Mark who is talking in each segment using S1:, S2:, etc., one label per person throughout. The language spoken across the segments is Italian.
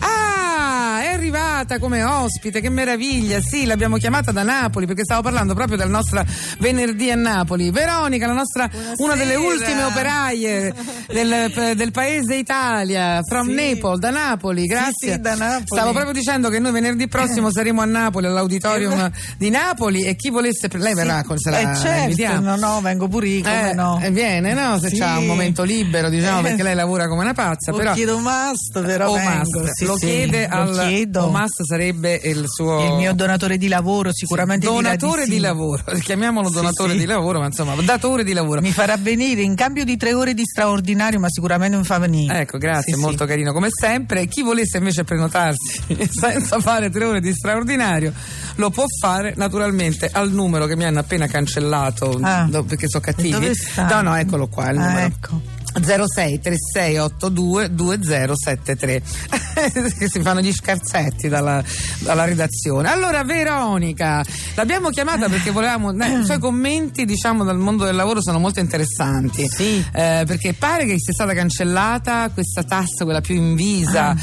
S1: Ah, è arrivata come ospite, che meraviglia! Sì, l'abbiamo chiamata da Napoli perché stavo parlando proprio del nostro venerdì a Napoli. Veronica, la nostra, una delle ultime operaie del, del paese Italia, from Naples, da Napoli. Grazie.
S2: sì, da Napoli.
S1: Stavo proprio dicendo che noi venerdì prossimo saremo a Napoli, all'auditorium di Napoli. E chi volesse, lei verrà con se la,
S2: Esatto. Eh,
S1: la
S2: certo,
S1: invitiamo.
S2: no, no, vengo pure io, come
S1: Eh,
S2: no.
S1: e viene, no? Se
S2: Sì.
S1: c'ha un momento libero, diciamo,
S2: Eh.
S1: perché lei lavora come una pazza.
S2: Lo
S1: però...
S2: chiedo must, però
S1: Omas,
S2: vengo. sì,
S1: lo
S2: sì,
S1: chiede
S2: lo
S1: al
S2: chiedo.
S1: Omas sarebbe il suo
S2: Il mio donatore di lavoro sicuramente dirà
S1: donatore
S2: di,
S1: di,
S2: sì.
S1: lavoro, chiamiamolo
S2: Sì,
S1: donatore
S2: sì.
S1: di lavoro, ma insomma, datore di lavoro.
S2: Mi farà venire in cambio di tre ore di straordinario, ma sicuramente non fa venire.
S1: Ecco, grazie,
S2: Sì,
S1: molto
S2: sì.
S1: carino come sempre. Chi volesse invece prenotarsi senza fare tre ore di straordinario lo può fare naturalmente al numero che mi hanno appena cancellato
S2: Ah.
S1: do- perché sono cattivi.
S2: Dove sta?
S1: No, no, eccolo qua il
S2: Ah,
S1: numero.
S2: ecco.
S1: 06 3682 2073 che si fanno gli scherzetti dalla, dalla redazione allora Veronica l'abbiamo chiamata perché volevamo eh, i suoi commenti diciamo dal mondo del lavoro sono molto interessanti
S2: Sì.
S1: Eh, perché pare che sia stata cancellata questa tassa quella più invisa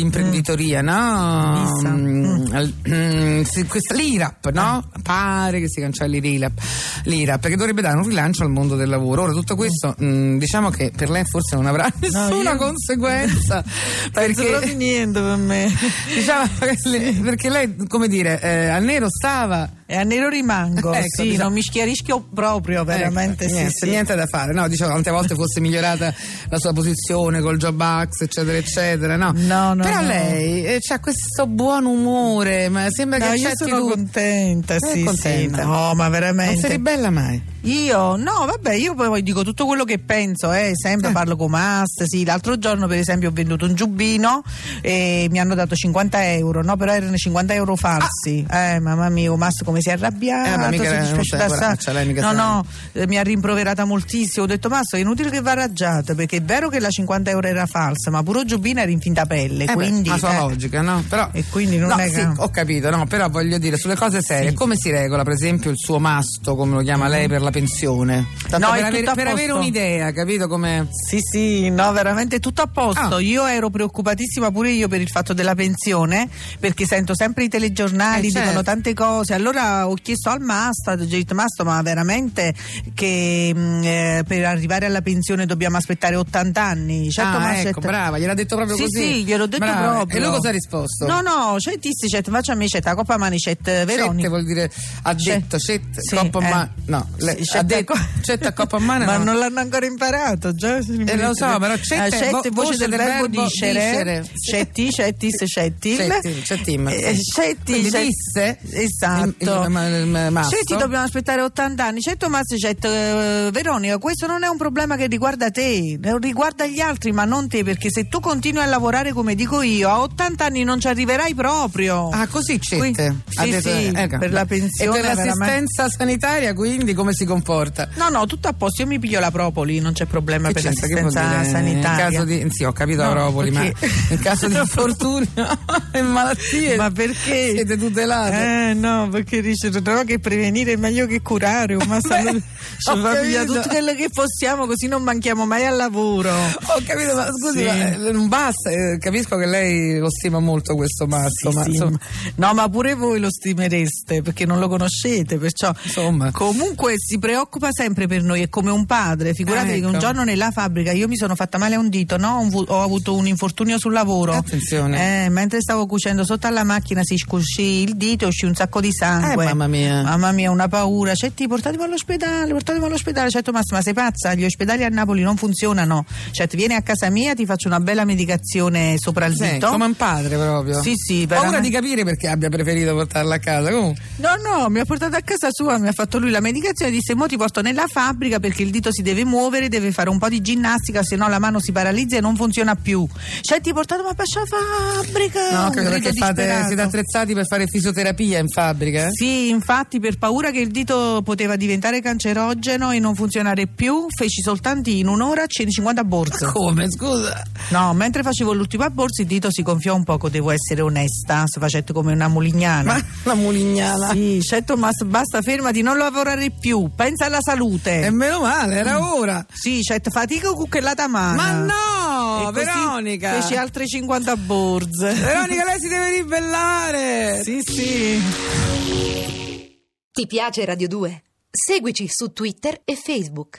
S1: all'imprenditoria no?
S2: Invisa.
S1: Mm, al- mm, sì, questa- l'IRAP no?
S2: Eh.
S1: pare che si cancelli l'IRAP l'IRAP perché dovrebbe dare un rilancio al mondo del lavoro ora tutto questo mm, diciamo che per lei forse non avrà nessuna
S2: io-
S1: conseguenza
S2: Penso
S1: perché
S2: proprio niente per me.
S1: diciamo che le- perché lei come dire eh, a nero stava eh,
S2: E a nero rimango,
S1: Ecco,
S2: sì,
S1: diciamo-
S2: non mi schiarisco proprio, veramente
S1: Ecco,
S2: sì,
S1: niente,
S2: sì.
S1: niente da fare no dicevo tante volte fosse migliorata la sua posizione col job ax eccetera eccetera no,
S2: No, no,
S1: però
S2: no.
S1: lei ha questo buon umore ma sembra
S2: No,
S1: che
S2: io
S1: accetti
S2: sono
S1: tutto.
S2: contenta,
S1: Eh,
S2: sì, sì,
S1: contenta.
S2: no,
S1: non
S2: ma
S1: si
S2: veramente.
S1: ribella mai
S2: Io no, vabbè, io poi dico tutto quello che penso, eh, sempre parlo con Mast, sì, l'altro giorno per esempio ho venduto un giubbino e mi hanno dato 50 euro, no, però erano 50 euro falsi, eh, mamma mia, Mast come si è
S1: Ah. Eh, ma
S2: arrabbiato,
S1: mica
S2: si
S1: era-
S2: è dispiaciuta
S1: non c'è
S2: assai.
S1: coraggio, cioè, lei mica
S2: no,
S1: sa.
S2: no, eh, mi ha rimproverata moltissimo, ho detto Mast è inutile che va raggiate, perché è vero che la 50 euro era falsa, ma pure il giubbino era in finta pelle,
S1: Eh beh,
S2: quindi...
S1: la sua
S2: eh,
S1: logica, no? Però,
S2: E quindi non
S1: No,
S2: è che-
S1: sì, ho capito, no, però voglio dire, sulle cose serie, come si regola, per esempio, il suo masto, come lo chiama lei, per la pensione? Tanto
S2: Mm-hmm. No, è
S1: per, avere,
S2: tutto a
S1: per
S2: posto.
S1: avere un'idea, capito come...
S2: Sì, sì, no, veramente tutto a posto.
S1: Ah.
S2: Io ero preoccupatissima pure io per il fatto della pensione, perché sento sempre i telegiornali,
S1: Eh, certo.
S2: dicono tante cose. Allora ho chiesto al Masta, ho detto Masta, ma veramente che mh, eh, per arrivare alla pensione dobbiamo aspettare 80 anni? Certo,
S1: ah,
S2: ma
S1: ecco,
S2: certo-
S1: brava, gliel'ha detto proprio
S2: sì,
S1: così.
S2: Sì, gliel'ho detto
S1: Brava.
S2: proprio.
S1: E lui cosa ha risposto?
S2: No, no, cioè, c'è tisti, c'è faccia a me, c'è la coppa mani, c'è
S1: Cette
S2: Veronica.
S1: vuol dire ha
S2: C'è-
S1: detto cette,
S2: Sì,
S1: coppa a
S2: eh.
S1: mano no
S2: Sì,
S1: lei
S2: cetta
S1: ha
S2: a
S1: detto
S2: co-
S1: cetta a coppa a mano
S2: ma
S1: no.
S2: non l'hanno ancora imparato già
S1: Eh, lo so, però c'è
S2: Ah,
S1: te-
S2: c'è
S1: vo-
S2: te- voce del verbo discere
S1: Sì.
S2: cetti cettis cettil
S1: Cettil, cettim.
S2: Eh, cetti
S1: Quindi
S2: cet-
S1: disse
S2: esatto
S1: il- il- ma- il- ma- masso.
S2: cetti dobbiamo aspettare 80 anni cetto mazzi cetto eh, Veronica questo non è un problema che riguarda te eh, riguarda gli altri ma non te perché se tu continui a lavorare come dico io a 80 anni non ci arriverai proprio
S1: Ah, così
S2: Oh. Qui-
S1: cette. Ha
S2: sì,
S1: detto-
S2: sì,
S1: ecco.
S2: per la pensione
S1: E per l'assistenza
S2: veramente-
S1: sanitaria, quindi, come si comporta?
S2: No, no, tutto a posto. Io mi piglio la propoli, non c'è problema
S1: Che
S2: per
S1: c'entra? Che vuol
S2: l'assistenza
S1: dire?
S2: sanitaria.
S1: In caso di, sì, ho capito
S2: No,
S1: Aropoli,
S2: perché-
S1: ma in caso di infortunio e malattie
S2: Ma perché?
S1: siete tutelate.
S2: Eh no, perché dice no, che prevenire è meglio che curare, ma
S1: ho
S2: salute. Ci fa via
S1: capito.
S2: tutto quello che possiamo, così non manchiamo mai al lavoro.
S1: Ho capito, ma scusi,
S2: Sì.
S1: ma, eh, non basta. eh, capisco che lei lo stima molto questo Masso,
S2: Sì,
S1: ma
S2: sì.
S1: insomma,
S2: No, ma pure voi lo stimereste perché non lo conoscete, perciò
S1: Insomma.
S2: comunque si preoccupa sempre per noi, è come un padre. Figuratevi
S1: Ah, ecco.
S2: che un giorno nella fabbrica io mi sono fatta male a un dito, no? Ho avu- ho avuto un infortunio sul lavoro.
S1: Attenzione.
S2: Eh, mentre stavo cucendo sotto alla macchina si scucì il dito e uscì un sacco di sangue.
S1: Eh, mamma mia.
S2: Mamma mia, una paura. Cioè, ti portatemi all'ospedale, portatemi all'ospedale. Certo, Massimo, ma sei pazza? Gli ospedali a Napoli non funzionano. Cioè, vieni a casa mia, ti faccio una bella medicazione sopra il
S1: Sì,
S2: dito.
S1: come un padre proprio.
S2: Sì, sì,
S1: Paura
S2: veramente.
S1: di capire perché abbia preferito portarla a casa. Comunque.
S2: No, no, mi ha portato a casa sua, mi ha fatto lui la medicazione, disse mo ti porto nella fabbrica perché il dito si deve muovere, deve fare un po' di ginnastica, se no la mano si paralizza e non funziona più. Cioè ti ho portato ma pascia fabbrica!
S1: No,
S2: Eh, un
S1: credo
S2: grido
S1: perché fate,
S2: disperato.
S1: siete attrezzati per fare fisioterapia in fabbrica. eh?
S2: Sì, infatti per paura che il dito poteva diventare cancerogeno e non funzionare più, feci soltanto in un'ora 150 borse.
S1: Come, scusa?
S2: No, mentre facevo l'ultima borsa il dito si gonfiò un poco, devo essere onesta, se facette come una mulignana.
S1: Ma la Mulignana.
S2: Sì, certo, ma s- basta, fermati, non lavorare più, pensa alla salute. Mm.
S1: E meno male, era ora.
S2: Sì, certo, fatica o cucchellata a mano.
S1: Ma no! Oh,
S2: E così
S1: Veronica.
S2: Feci altre 50 borze.
S1: Veronica, lei si deve ribellare.
S2: Sì, sì.
S3: Ti piace Radio 2? Seguici su Twitter e Facebook.